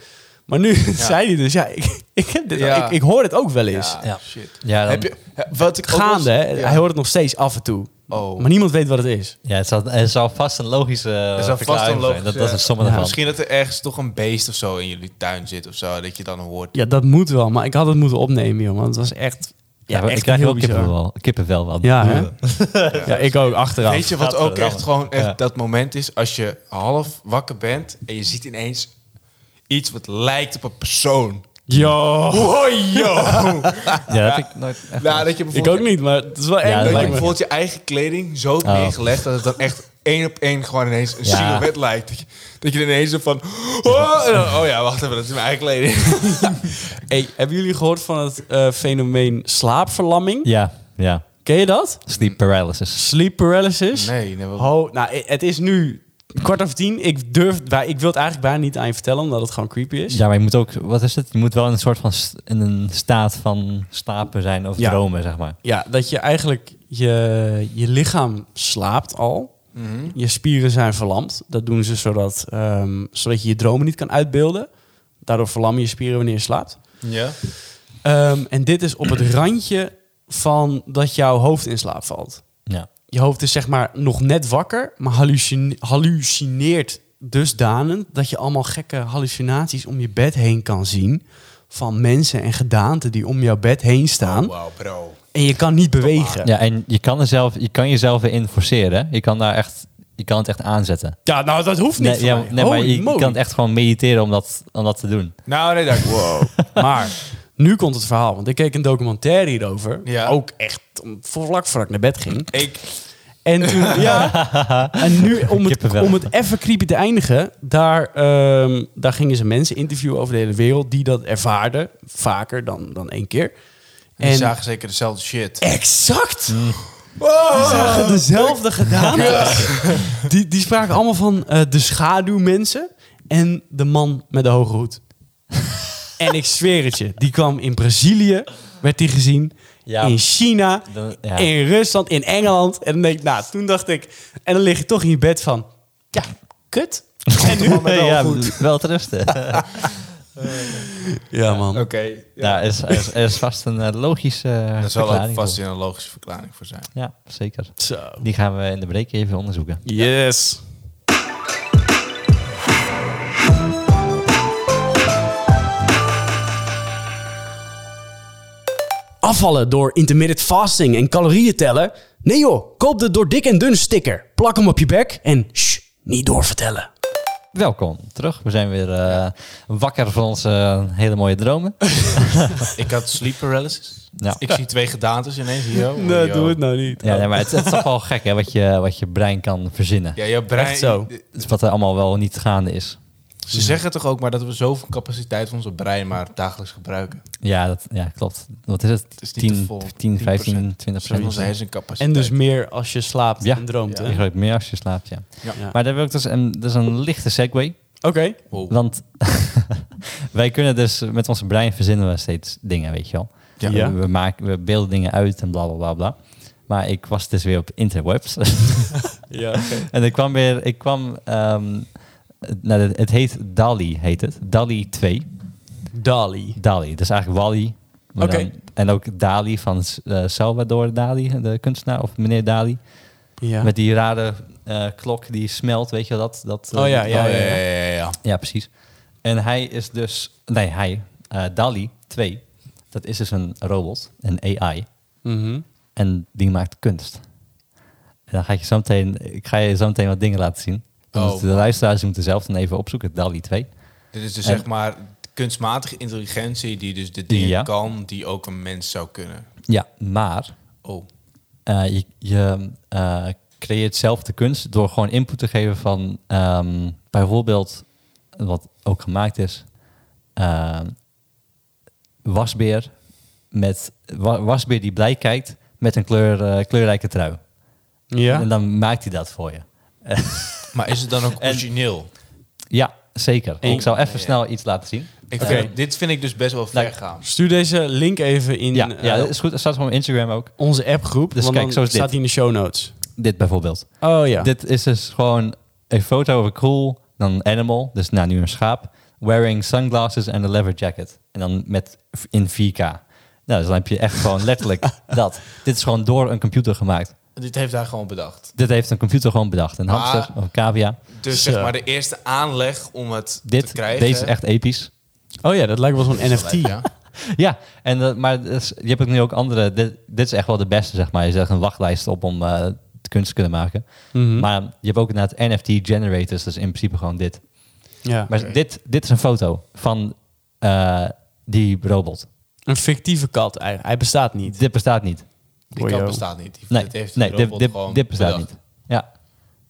Speaker 1: Maar nu [laughs] zei hij dus, ja, ik, ik, heb dit,
Speaker 3: Ja.
Speaker 1: ik, ik hoor het ook wel eens.
Speaker 3: Ja,
Speaker 2: Ja.
Speaker 3: shit.
Speaker 2: Ja, dan-
Speaker 3: Heb je, he- wat ik ook wel eens-
Speaker 1: Ehm, Gaande, hè?
Speaker 3: Ja.
Speaker 1: hij hoort het nog steeds af en toe.
Speaker 3: Oh.
Speaker 1: Maar niemand weet wat het is.
Speaker 2: Ja, het zal, er zal vast een logische eh,
Speaker 3: Er zou vast
Speaker 2: verklaring
Speaker 3: een
Speaker 2: zijn. Dat, dat is
Speaker 3: logische-
Speaker 2: een sommige
Speaker 1: Ja.
Speaker 2: van.
Speaker 3: Misschien dat er ergens toch een beest of zo in jullie tuin zit of zo, dat je dan hoort.
Speaker 1: Ja, dat moet wel, maar ik had het moeten opnemen, joh, want het was echt, ja,
Speaker 2: Ja, maar
Speaker 1: echt
Speaker 2: ik krijg
Speaker 1: heel
Speaker 2: ook
Speaker 1: bizar.
Speaker 2: kippenvel, kippenvel van.
Speaker 1: Ja, hè? [laughs] ja, ik ook achteraf.
Speaker 3: Weet je wat ook
Speaker 2: Gadverdamme.
Speaker 3: echt gewoon echt
Speaker 2: Ja.
Speaker 3: dat moment is als je half wakker bent en je ziet ineens iets wat lijkt op een
Speaker 1: [laughs]
Speaker 3: persoon.
Speaker 1: Yo.
Speaker 3: Hoi
Speaker 1: [laughs]
Speaker 3: joh!
Speaker 2: Ja, dat heb ik nooit echt
Speaker 3: nou, dat je
Speaker 1: Ik ook
Speaker 3: bijvoorbeeld,
Speaker 1: niet, maar het is wel eng.
Speaker 2: dat
Speaker 3: dat je
Speaker 1: lijkt me.
Speaker 3: bijvoorbeeld je eigen kleding zo hebt
Speaker 2: Oh.
Speaker 3: neergelegd dat het dan echt één op één gewoon ineens een
Speaker 2: Ja.
Speaker 3: silhouet lijkt. Dat je, dat je ineens zo van... Oh, en dan, oh ja, wacht even, dat is mijn eigen kleding.
Speaker 1: Hey, hebben jullie gehoord van het eh, fenomeen slaapverlamming?
Speaker 2: Ja, ja.
Speaker 1: Ken je dat?
Speaker 2: Sleep paralysis.
Speaker 1: Sleep paralysis?
Speaker 3: Nee, nee, wat-
Speaker 1: Ho, nou, i- het is nu kwart over tien. Ik durf, bij- ik wil het eigenlijk bijna niet aan je vertellen, omdat het gewoon creepy is.
Speaker 2: Ja, maar je moet ook, wat is het? Je moet wel in een soort van st- in een staat van slapen zijn of
Speaker 1: Ja.
Speaker 2: dromen, zeg maar.
Speaker 1: Ja, dat je eigenlijk je, je lichaam slaapt al.
Speaker 3: Mhm.
Speaker 1: Je spieren zijn verlamd. Dat doen ze zodat, ehm, zodat je je dromen niet kan uitbeelden. Daardoor verlammen je spieren wanneer je slaapt.
Speaker 3: Ja.
Speaker 1: Ehm, en dit is op het randje van dat jouw hoofd in slaap valt.
Speaker 2: Ja.
Speaker 1: Je hoofd is zeg maar nog net wakker, maar hallucine- hallucineert dusdanend dat je allemaal gekke hallucinaties om je bed heen kan zien. Van mensen en gedaanten die om jouw bed heen
Speaker 2: Oh,
Speaker 1: staan.
Speaker 3: wow, bro.
Speaker 1: En je kan niet bewegen.
Speaker 2: Ja, en je kan, er zelf, je kan jezelf erin forceren. hè. Je kan, daar echt, je kan het echt aanzetten.
Speaker 1: Ja, nou dat hoeft niet.
Speaker 2: Nee,
Speaker 1: voor
Speaker 2: ja,
Speaker 1: mij.
Speaker 2: nee, maar
Speaker 1: Holy
Speaker 2: je, je
Speaker 1: moly.
Speaker 2: kan het echt gewoon mediteren om dat, om dat te doen.
Speaker 3: Nou, nee, dank. Wow.
Speaker 1: Maar nu komt het verhaal. Want ik keek een documentaire hierover.
Speaker 3: Ja.
Speaker 1: Ook echt om- voor vlak voor ik naar bed ging.
Speaker 3: ik,
Speaker 1: En, toen, ja, en nu, om het,
Speaker 2: Kippenvel.
Speaker 1: om het even creepy te eindigen... Daar, ehm, daar gingen ze mensen interviewen over de hele wereld... die dat ervaarden, vaker dan, dan één keer.
Speaker 3: en
Speaker 1: En
Speaker 3: die zagen zeker dezelfde shit.
Speaker 1: exact! Die zagen dezelfde gedaan. Die, die spraken allemaal van eh, de schaduwmensen... en de man met de hoge hoed. en ik zweer het je, die kwam in Brazilië, werd die gezien...
Speaker 2: Ja.
Speaker 1: In China,
Speaker 2: Dan- ja.
Speaker 1: in Rusland, in Engeland. En dan denk ik, nou, toen dacht ik... En dan lig je toch in je bed van... Ja, kut. [laughs] En nu?
Speaker 2: Nee, [laughs] ja, wel te
Speaker 1: [laughs]
Speaker 2: rusten.
Speaker 1: Ja, man.
Speaker 3: Oké. ja.
Speaker 2: Ja, er is, er is, er is vast een eh, logische eh,
Speaker 3: Dat zal ook
Speaker 2: verklaring
Speaker 3: vast
Speaker 2: voor.
Speaker 3: weer een logische verklaring voor zijn.
Speaker 2: Ja, zeker.
Speaker 1: Zo.
Speaker 2: Die gaan we in de break even onderzoeken.
Speaker 1: Yes. Afvallen door intermittent fasting en calorieën tellen? Nee joh, koop de door dik en dun sticker. Plak hem op je bek en shh, niet doorvertellen.
Speaker 2: Welkom terug. We zijn weer eh, wakker van onze eh, hele mooie dromen.
Speaker 3: [laughs] Ik had sleep paralysis.
Speaker 2: Ja.
Speaker 3: Ik zie twee gedaantes ineens hier. oh, yo.
Speaker 1: nou niet.
Speaker 2: Ja, nee, maar het, het is toch wel gek hè, wat, je, wat je brein kan verzinnen.
Speaker 3: Ja, je brein.
Speaker 1: Echt zo.
Speaker 2: Het is wat er allemaal wel niet gaande is.
Speaker 3: Ze zeggen toch ook maar dat we zoveel capaciteit van ons brein maar dagelijks gebruiken.
Speaker 2: Ja, dat, ja klopt. Wat is het?
Speaker 3: is niet te
Speaker 2: 10,
Speaker 3: vol.
Speaker 2: 10 15,
Speaker 3: 10%.
Speaker 2: 20
Speaker 3: Zoals
Speaker 2: procent.
Speaker 3: onze hersencapaciteit.
Speaker 1: En dus meer als je slaapt
Speaker 2: Ja.
Speaker 1: en droomt.
Speaker 3: Ja.
Speaker 1: hè?
Speaker 2: Je groeit meer als je slaapt, ja.
Speaker 3: Ja.
Speaker 1: Ja.
Speaker 2: Maar daar wil ik dus een, dat is een lichte segue.
Speaker 1: Oké.
Speaker 3: Wow.
Speaker 2: Want [laughs] wij kunnen dus met onze brein verzinnen we steeds dingen, weet je wel.
Speaker 3: Ja.
Speaker 1: Ja.
Speaker 2: We, we maken, we beelden dingen uit en bla bla bla bla. Maar ik was dus weer op interwebs. [laughs]
Speaker 1: Ja, oké.
Speaker 2: en ik kwam weer, ik kwam, ehm, nou, het, het heet DALI, heet het. DALI 2.
Speaker 1: Dali.
Speaker 2: DALI, dus eigenlijk Wally. maar
Speaker 1: Oké.
Speaker 2: dan- En ook Dali van eh, Salvador Dali, de kunstenaar, of meneer Dali.
Speaker 1: Ja.
Speaker 2: Met die rare eh, klok die smelt, weet je wel, dat? dat eh,
Speaker 1: Oh ja,
Speaker 2: die-
Speaker 1: ja,
Speaker 3: Ja, ja, ja, ja, ja.
Speaker 2: Ja, precies. En hij is dus... Nee, hij. eh Dali 2. Dat is dus een robot, een AI.
Speaker 1: Mhm.
Speaker 2: En die maakt kunst. En dan ga ik je zo meteen... Ik ga je zo meteen wat dingen laten zien. Dan
Speaker 3: Oh.
Speaker 2: moeten de luisteraars moeten zelf dan even opzoeken. Dali 2.
Speaker 3: Dit is dus
Speaker 2: En-
Speaker 3: zeg maar kunstmatige intelligentie die dus de dingen
Speaker 2: Ja.
Speaker 3: kan die ook een mens zou kunnen.
Speaker 2: Ja, maar...
Speaker 3: Oh.
Speaker 2: eh, je je eh, creëert zelf de kunst door gewoon input te geven van... ehm, bijvoorbeeld, wat ook gemaakt is... ehm, wasbeer met wa- wasbeer die blij kijkt met een kleur, eh, kleurrijke trui.
Speaker 1: Ja.
Speaker 2: En dan maakt hij dat voor je.
Speaker 3: Maar is het dan ook origineel?
Speaker 2: Ja, zeker. Ik zal even
Speaker 3: nee.
Speaker 2: snel iets laten zien.
Speaker 3: Ik
Speaker 1: Oké.
Speaker 3: vind- dit vind ik dus best wel ver
Speaker 2: Nou,
Speaker 3: gaan.
Speaker 1: Stuur deze link even in
Speaker 2: ja, ja,
Speaker 1: eh,
Speaker 2: dat is goed. Dat staat gewoon op Instagram ook.
Speaker 1: onze appgroep.
Speaker 2: Dus
Speaker 1: want
Speaker 2: kijk,
Speaker 1: dan
Speaker 2: zo is dit.
Speaker 1: staat die in de show notes.
Speaker 2: Dit bijvoorbeeld.
Speaker 1: Oh ja.
Speaker 2: Dit is dus gewoon een foto over cool, dan een animal, dus nou, nu een schaap, wearing sunglasses en een leather jacket. En dan met v- in 4K. Nou, dus dan heb je echt [laughs] gewoon letterlijk dat. Dit is gewoon door een computer gemaakt.
Speaker 3: Dit heeft hij gewoon bedacht.
Speaker 2: Dit heeft een computer gewoon bedacht. Een
Speaker 3: Maar-
Speaker 2: hamster of een cavia.
Speaker 3: Dus
Speaker 1: Zo.
Speaker 3: zeg maar de eerste aanleg om het te
Speaker 2: Dit,
Speaker 3: krijgen.
Speaker 2: deze is echt episch.
Speaker 1: Oh ja, dat lijkt wel zo'n NFT.
Speaker 3: Ja.
Speaker 2: [laughs] Ja, en, dat- maar dat is- je hebt ook nu ook andere. Dit, dit is echt wel de beste, zeg maar. Je zet een wachtlijst op om eh, kunst te kunnen maken. Maar je hebt ook inderdaad NFT-generators. Dus in principe gewoon dit.
Speaker 1: Ja.
Speaker 2: Maar dit, dit is een foto van eh, die robot.
Speaker 1: Een fictieve kat eigenlijk. Hij bestaat niet.
Speaker 2: Dit bestaat niet.
Speaker 3: Die
Speaker 1: Ojo.
Speaker 3: kat bestaat niet. Die,
Speaker 2: Nee,
Speaker 3: dit heeft
Speaker 2: nee
Speaker 3: de
Speaker 2: dit,
Speaker 3: robot
Speaker 2: dit,
Speaker 3: gewoon
Speaker 2: dit bestaat
Speaker 3: bedacht.
Speaker 2: niet. Ja.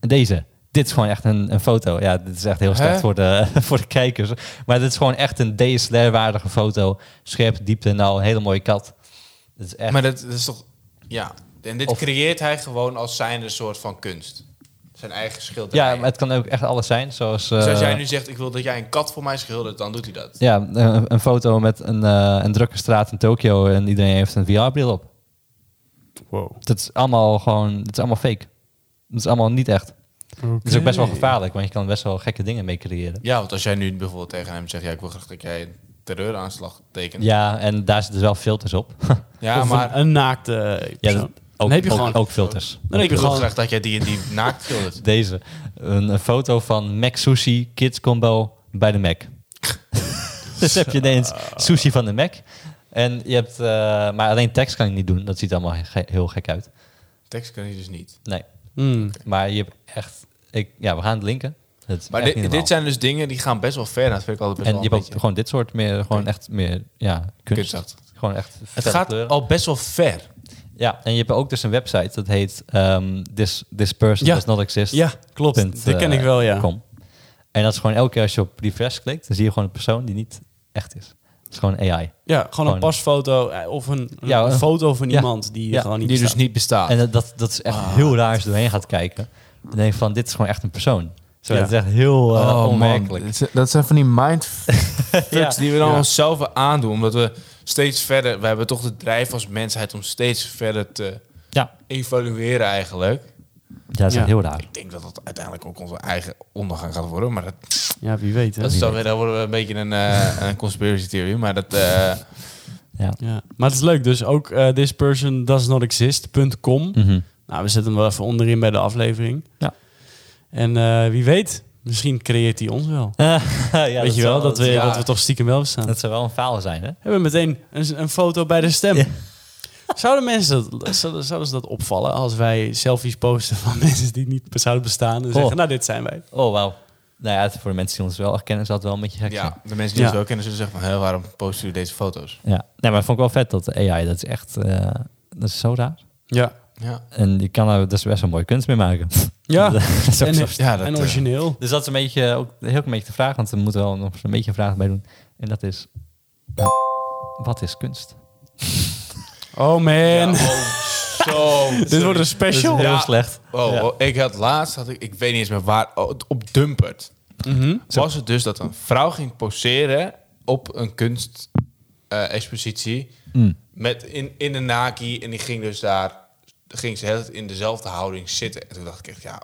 Speaker 2: En deze. Dit is gewoon echt een, een foto. Ja, dit is echt heel slecht
Speaker 3: Hè?
Speaker 2: voor de, [laughs] voor de kijkers. Maar dit is gewoon echt een DSLR-waardige foto. Scherp, diepte, nou, een hele mooie kat. Dit is echt...
Speaker 3: Maar dat, dat is toch... Ja. En dit
Speaker 2: Of-
Speaker 3: creëert hij gewoon als zijnde soort van kunst. Zijn eigen schilderij.
Speaker 2: ja, maar het kan ook echt alles zijn. Zoals, eh,
Speaker 3: Dus als jij nu zegt, ik wil dat jij een kat voor mij schildert, dan doet hij dat.
Speaker 2: Ja, een, een foto met een, eh, een drukke straat in Tokio en iedereen heeft een VR-bril op.
Speaker 1: Wow.
Speaker 2: Dat is allemaal gewoon, dat is allemaal fake. Dat is allemaal niet echt.
Speaker 1: Het
Speaker 2: Het is ook best wel gevaarlijk, want je kan best wel gekke dingen mee creëren.
Speaker 3: Ja, want als jij nu bijvoorbeeld tegen hem zegt... Ja, ik wil graag dat jij een terreuraanslag tekent.
Speaker 2: Ja, en daar zitten dus wel filters op. [laughs]
Speaker 3: Ja,
Speaker 1: maar
Speaker 3: maar...
Speaker 1: een, een naakte
Speaker 2: Ja,
Speaker 1: persoon.
Speaker 2: dat-
Speaker 1: Dan
Speaker 2: ook,
Speaker 1: heb je
Speaker 2: ook-
Speaker 1: gewoon-
Speaker 2: ook filters.
Speaker 1: Dan heb je
Speaker 3: Ik wil
Speaker 1: gewoon...
Speaker 3: graag dat jij die, die naakt schildert.
Speaker 2: Deze. Een, een foto van Mac Sushi Kids Combo bij de Mac. [laughs] dus heb je ineens sushi van de Mac. En je hebt... eh, maar alleen tekst kan je niet doen. Dat ziet er allemaal ge- heel gek uit.
Speaker 3: Tekst kan je dus niet.
Speaker 2: Nee.
Speaker 1: Hmm.
Speaker 2: Maar je hebt echt... Ik, ja, we gaan het linken. Het is
Speaker 3: Maar
Speaker 2: echt
Speaker 3: dit-
Speaker 2: niet normaal.
Speaker 3: dit zijn dus dingen die gaan best wel ver. Dat vind ik altijd best
Speaker 2: En je
Speaker 3: wel
Speaker 2: hebt
Speaker 3: een
Speaker 2: ook
Speaker 3: beetje
Speaker 2: gewoon dit soort meer... Gewoon echt meer... Ja, kunst.
Speaker 3: kunstachtig.
Speaker 2: Gewoon echt
Speaker 3: Het
Speaker 2: felle
Speaker 3: gaat
Speaker 2: kleuren.
Speaker 3: al best wel ver.
Speaker 2: Ja, en je hebt ook dus een website. Dat heet ehm This, this Person
Speaker 1: Ja.
Speaker 2: Does Not Exist.
Speaker 1: Ja, klopt.
Speaker 2: Punt,
Speaker 1: Dit ken
Speaker 2: eh,
Speaker 1: ik wel, ja.
Speaker 2: com. En dat is gewoon elke keer als je op refresh klikt, dan zie je gewoon een persoon die niet echt is. Het is gewoon AI.
Speaker 1: Ja, gewoon een
Speaker 2: Gewoon-
Speaker 1: pasfoto eh, of een, een
Speaker 2: Ja, een-
Speaker 1: foto van
Speaker 2: ja.
Speaker 1: iemand die
Speaker 2: Ja,
Speaker 1: gewoon niet
Speaker 3: Die dus
Speaker 1: bestaat.
Speaker 3: niet bestaat.
Speaker 2: En dat, dat, dat is echt heel raar als je doorheen gaat kijken. Dan denk je van, dit is gewoon echt een persoon. Zo,
Speaker 1: Ja.
Speaker 2: Dat is echt heel
Speaker 3: Oh,
Speaker 2: eh, onwerkelijk.
Speaker 3: Dat zijn van die mind
Speaker 2: Ja.
Speaker 3: die we dan [laughs]
Speaker 1: Ja.
Speaker 3: onszelf aandoen. Omdat we steeds verder... We hebben toch de drijf als mensheid om steeds verder te
Speaker 2: Ja.
Speaker 3: evalueren eigenlijk.
Speaker 2: ja, dat is
Speaker 1: Ja.
Speaker 2: echt heel raar.
Speaker 3: Ik denk dat dat uiteindelijk ook onze eigen ondergang gaat worden. Maar dat,
Speaker 1: Ja, wie weet. Hè?
Speaker 3: dat, is dan weer, dan worden we een beetje een, eh, een conspiracy theory. Maar dat... eh,
Speaker 2: Ja.
Speaker 1: Ja. Maar het is leuk, dus ook eh thispersondoesnotexist.com.
Speaker 2: Mhm.
Speaker 1: Nou, we zetten hem wel even onderin bij de aflevering.
Speaker 2: Ja.
Speaker 1: En eh, wie weet, misschien creëert hij ons wel.
Speaker 2: [laughs] ja,
Speaker 1: weet je wel,
Speaker 2: zou-
Speaker 1: dat we,
Speaker 2: zou-
Speaker 1: dat we toch stiekem wel bestaan.
Speaker 2: Dat zou wel een faal zijn, hè?
Speaker 1: Hebben we meteen een, een foto bij de stem.
Speaker 2: Ja.
Speaker 1: Zouden mensen dat, zouden, zouden ze dat opvallen als wij selfies posten van [laughs] mensen die niet zouden bestaan? En zeggen, nou, dit zijn wij.
Speaker 2: Oh, wauw. Nou ja, het- voor de mensen die ons wel echt kennen, zal het wel een beetje gek zijn.
Speaker 3: ja, de mensen die het
Speaker 1: Ja.
Speaker 3: wel kennen zullen zeggen van... Hé, waarom posten jullie deze foto's?
Speaker 2: Ja. Nee, maar dat vond ik wel vet, dat AI, dat is echt... eh, dat is zo raar.
Speaker 1: Ja.
Speaker 3: Ja,
Speaker 2: En je kan er dus best wel mooie kunst mee maken. [laughs] Dus-
Speaker 1: Ja.
Speaker 2: Dat is ook
Speaker 1: En,
Speaker 2: zo-
Speaker 3: ja dat,
Speaker 1: en
Speaker 3: eh,
Speaker 1: origineel.
Speaker 2: Dus dat is een beetje, ook heel een beetje de vraag, want er moet wel nog een beetje een vraag bij doen. En dat is, wat is kunst?
Speaker 1: Oh man.
Speaker 3: Ja, oh, zo.
Speaker 1: [laughs] Dit wordt een
Speaker 2: Dat is
Speaker 1: special.
Speaker 2: heel
Speaker 3: Ja.
Speaker 2: slecht.
Speaker 3: Oh,
Speaker 2: Ja.
Speaker 3: oh, ik had laatst, had ik, ik weet niet eens meer waar, oh, het- op Dumpert.
Speaker 1: Mhm.
Speaker 3: Was het dus dat een vrouw ging poseren op een kunstexpositie
Speaker 2: Mm.
Speaker 3: met in, in een naki en die ging dus daar, ging ze heel in dezelfde houding zitten. En toen dacht ik echt, ja.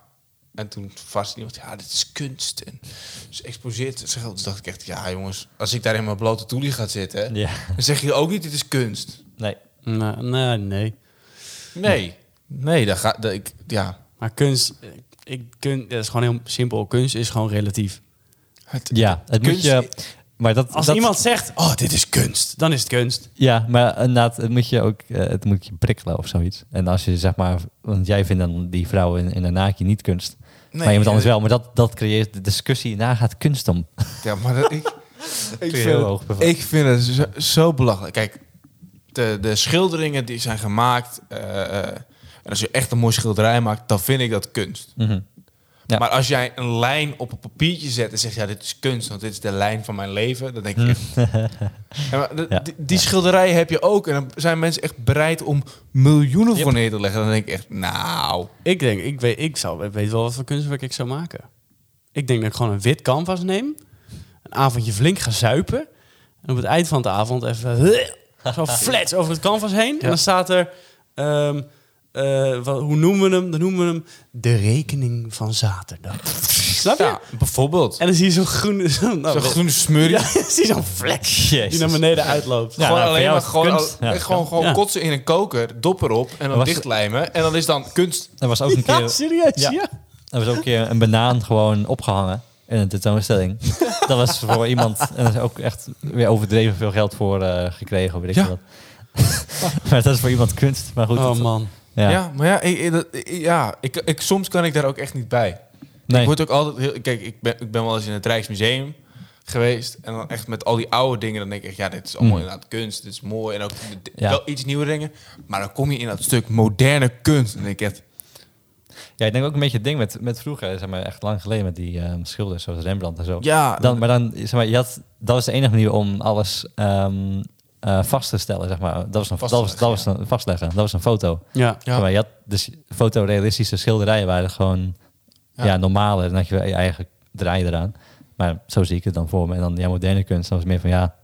Speaker 3: En toen vast iemand, ja, dit is kunst. En ze exposeert zichzelf. Dus dacht ik echt, ja jongens, als ik daar in mijn blote toelie ga zitten,
Speaker 2: Ja,
Speaker 3: dan zeg je ook niet, dit is kunst.
Speaker 2: nee.
Speaker 1: Nou, nee, nee.
Speaker 3: Nee, nee, daar ga daar- ik, ja.
Speaker 1: Maar kunst, eh, ik, kun, dat is gewoon heel simpel. Kunst is gewoon relatief.
Speaker 3: Het,
Speaker 2: Ja, het
Speaker 3: kunst
Speaker 2: moet je... Maar dat,
Speaker 1: Als
Speaker 2: dat,
Speaker 1: iemand zegt, oh, dit is kunst, dan is het kunst.
Speaker 2: Ja, maar inderdaad, het moet je ook eh, het moet je prikkelen of zoiets. En als je zeg maar, want jij vindt dan die vrouw in, in een naakje niet kunst. maar iemand anders wel. Maar dat, dat creëert de discussie, daar gaat kunst om.
Speaker 3: Ja, maar dat, ik, ik,
Speaker 2: heel
Speaker 3: vind,
Speaker 2: hoog
Speaker 3: het,
Speaker 2: bevat.
Speaker 3: ik vind het zo, zo belachelijk. Kijk, de, de schilderingen die zijn gemaakt. eh, eh, en als je echt een mooi schilderij maakt, dan vind ik dat kunst.
Speaker 2: [laughs] Mhm. Ja.
Speaker 3: Maar als jij een lijn op een papiertje zet en zegt: Ja, dit is kunst, want dit is de lijn van mijn leven. Dan denk ik. echt- Ja, maar de-
Speaker 2: Ja.
Speaker 3: Die, die schilderijen heb je ook. En dan zijn mensen echt bereid om miljoenen
Speaker 2: Yep.
Speaker 3: voor neer te leggen. Dan denk ik echt: Nou.
Speaker 1: Ik denk, ik weet, ik zou, ik weet wel wat voor kunstwerk ik zou maken. Ik denk dat ik gewoon een wit canvas neem, een avondje flink ga zuipen. En op het eind van de avond even eh, zo flats over het canvas heen. En dan staat er, ehm, eh, wat, hoe noemen we hem? Dan noemen we hem de rekening van zaterdag. Snap je?
Speaker 3: Ja, bijvoorbeeld.
Speaker 1: En dan zie je zo'n groene... [laughs] Zo'n nou,
Speaker 3: Zo'n groene smurrie.
Speaker 1: ja, [laughs] zie je zo'n vlek die naar beneden uitloopt.
Speaker 2: Ja,
Speaker 3: gewoon
Speaker 2: nou, voor
Speaker 3: alleen
Speaker 2: jou
Speaker 3: maar
Speaker 2: is het
Speaker 3: gewoon,
Speaker 2: kunst.
Speaker 3: al-
Speaker 2: Ja,
Speaker 3: echt gewoon, gewoon
Speaker 1: Ja.
Speaker 3: kotsen in een koker, dop erop en dan
Speaker 2: Was-
Speaker 3: dichtlijmen. En dan is dan kunst.
Speaker 2: Er was ook een
Speaker 1: [laughs] Ja,
Speaker 2: keer...
Speaker 1: serieus,
Speaker 2: Ja.
Speaker 1: ja.
Speaker 2: Er was ook een keer een banaan gewoon opgehangen in een tentoonstelling. Dat was voor iemand, en dat is ook echt weer overdreven veel geld voor eh, gekregen, weet ik
Speaker 3: Ja.
Speaker 2: veel wat. [laughs] maar dat is voor iemand kunst, maar goed.
Speaker 1: Oh
Speaker 2: dat-
Speaker 1: man.
Speaker 2: ja.
Speaker 3: Ja, maar ja, ik, ik- dat- ik- ja ik, ik, soms kan ik daar ook echt niet bij.
Speaker 2: nee.
Speaker 3: Ik word ook altijd heel, kijk, ik ben, ik ben wel eens in het Rijksmuseum geweest. En dan echt met al die oude dingen, dan denk ik echt, ja, dit is allemaal
Speaker 2: Mm.
Speaker 3: inderdaad kunst. Dit is mooi en ook de- de-
Speaker 2: Ja.
Speaker 3: wel iets nieuwe dingen. Maar dan kom je in dat stuk moderne kunst. En dan denk ik echt,
Speaker 2: ja, ik denk ook een beetje het ding met, met vroeger, zeg maar echt lang geleden, met die ehm, schilders zoals Rembrandt en zo.
Speaker 3: ja,
Speaker 2: Dan, maar dan, zeg maar, je had, dat was de enige manier om alles ehm, eh, vast te stellen, zeg maar. Dat was een, dat was, dat was een vastleggen, dat was een foto.
Speaker 1: Ja.
Speaker 3: Ja.
Speaker 2: Ja. Maar je had dus fotorealistische schilderijen waren gewoon
Speaker 3: Ja.
Speaker 2: ja. normale. Dan had je wel je eigen draai eraan. Maar zo zie ik het dan voor me. En dan ja, moderne kunst, dan was het meer van ja,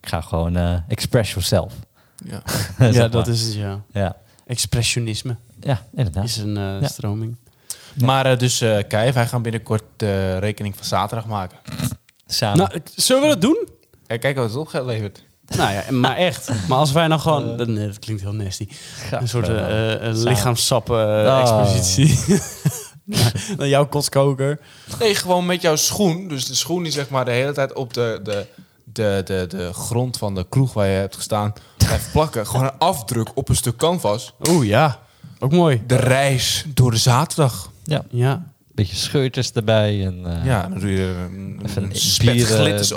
Speaker 2: ik ga gewoon eh, express yourself. [laughs]
Speaker 3: [laughs] ja.
Speaker 1: ja, dat is het, ja.
Speaker 2: Ja,
Speaker 1: Expressionisme
Speaker 2: ja inderdaad.
Speaker 1: is een eh,
Speaker 2: Ja.
Speaker 1: stroming.
Speaker 3: Maar eh, dus eh Kijf, wij gaan binnenkort de rekening van zaterdag maken.
Speaker 2: Samen.
Speaker 1: Nou, ik- zullen we dat doen?
Speaker 3: En kijk wat het opgeleverd.
Speaker 1: nou ja, maar
Speaker 2: [laughs]
Speaker 1: echt. Maar als wij nou gewoon... dat- nee, dat klinkt heel nasty.
Speaker 2: Graag.
Speaker 1: Een eh, soort
Speaker 2: Eh, Ah.
Speaker 1: eh, eh,
Speaker 2: samen.
Speaker 1: lichaamssap-expositie.
Speaker 2: [laughs]
Speaker 1: nou, jouw kotskoker.
Speaker 3: Nee, gewoon met jouw schoen. Dus de schoen die zeg maar de hele tijd op de, de, de, de, de grond van de kroeg waar je hebt gestaan blijft plakken. Gewoon een afdruk op een stuk canvas.
Speaker 1: Oeh, ja. Ook mooi.
Speaker 3: De reis door de zaterdag.
Speaker 2: ja,
Speaker 1: Ja.
Speaker 2: beetje scheuters erbij en eh,
Speaker 3: Ja, dan doe je er een,
Speaker 2: even
Speaker 3: een
Speaker 2: een
Speaker 3: spet
Speaker 2: bier, eh,
Speaker 3: glitters
Speaker 2: bierlepeltje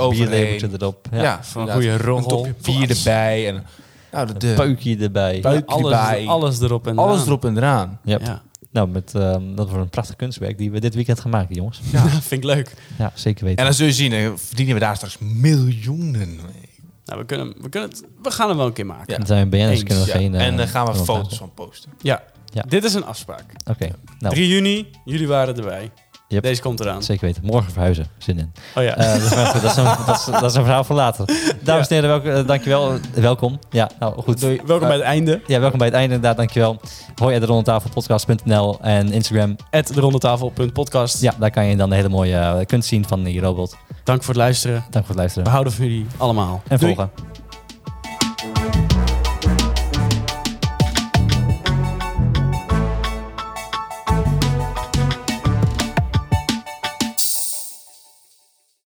Speaker 3: overheen.
Speaker 2: erop. Ja.
Speaker 3: Ja,
Speaker 1: Van een
Speaker 3: inderdaad.
Speaker 1: goede
Speaker 3: Een
Speaker 1: rommel.
Speaker 3: topje bier erbij. En, nou, de, de-
Speaker 2: Peukje erbij.
Speaker 3: Peuk erbij.
Speaker 1: alles, alles erop en
Speaker 3: alles
Speaker 1: eraan.
Speaker 3: erop en eraan.
Speaker 2: Ja.
Speaker 1: Ja.
Speaker 2: Nou, met, ehm, dat wordt een prachtig kunstwerk die we dit weekend gaan maken, jongens.
Speaker 1: Ja. [laughs] vind ik leuk.
Speaker 2: Ja, zeker weten.
Speaker 3: En dan zul je zien, dan verdienen we daar straks miljoenen mee.
Speaker 1: Nou, we, kunnen, we, kunnen het, we gaan hem wel een keer maken.
Speaker 3: Ja.
Speaker 2: Dan zijn we BN'ers,
Speaker 1: Eens,
Speaker 2: kunnen we
Speaker 3: Ja,
Speaker 2: geen... eh,
Speaker 3: en dan gaan we
Speaker 2: commentaar
Speaker 3: foto's
Speaker 2: geven.
Speaker 3: van posten.
Speaker 1: Ja.
Speaker 2: Ja.
Speaker 1: Dit is een afspraak.
Speaker 2: Oké, nou,
Speaker 1: 3 juni, jullie waren erbij.
Speaker 2: Yep.
Speaker 1: Deze komt eraan.
Speaker 2: zeker weten. Morgen verhuizen, zin in.
Speaker 1: Oh ja.
Speaker 2: Eh, dat, is maar goed, dat, is een, dat, is, dat is een verhaal voor
Speaker 1: [laughs]
Speaker 2: later. Dames en heren, welk, eh, dankjewel. Welkom. Ja, nou goed.
Speaker 1: Doei. Welkom bij het einde.
Speaker 2: Ja, welkom bij het einde inderdaad, dankjewel. Hoi at rondetafelpodcast.nl en Instagram.
Speaker 1: At de rondetafel.podcast.
Speaker 2: Ja, daar kan je dan een hele mooie eh, kunst zien van die robot.
Speaker 1: Dank voor het luisteren.
Speaker 2: Dank voor het luisteren.
Speaker 1: We houden van jullie allemaal.
Speaker 2: En
Speaker 1: Doei.
Speaker 2: volgen.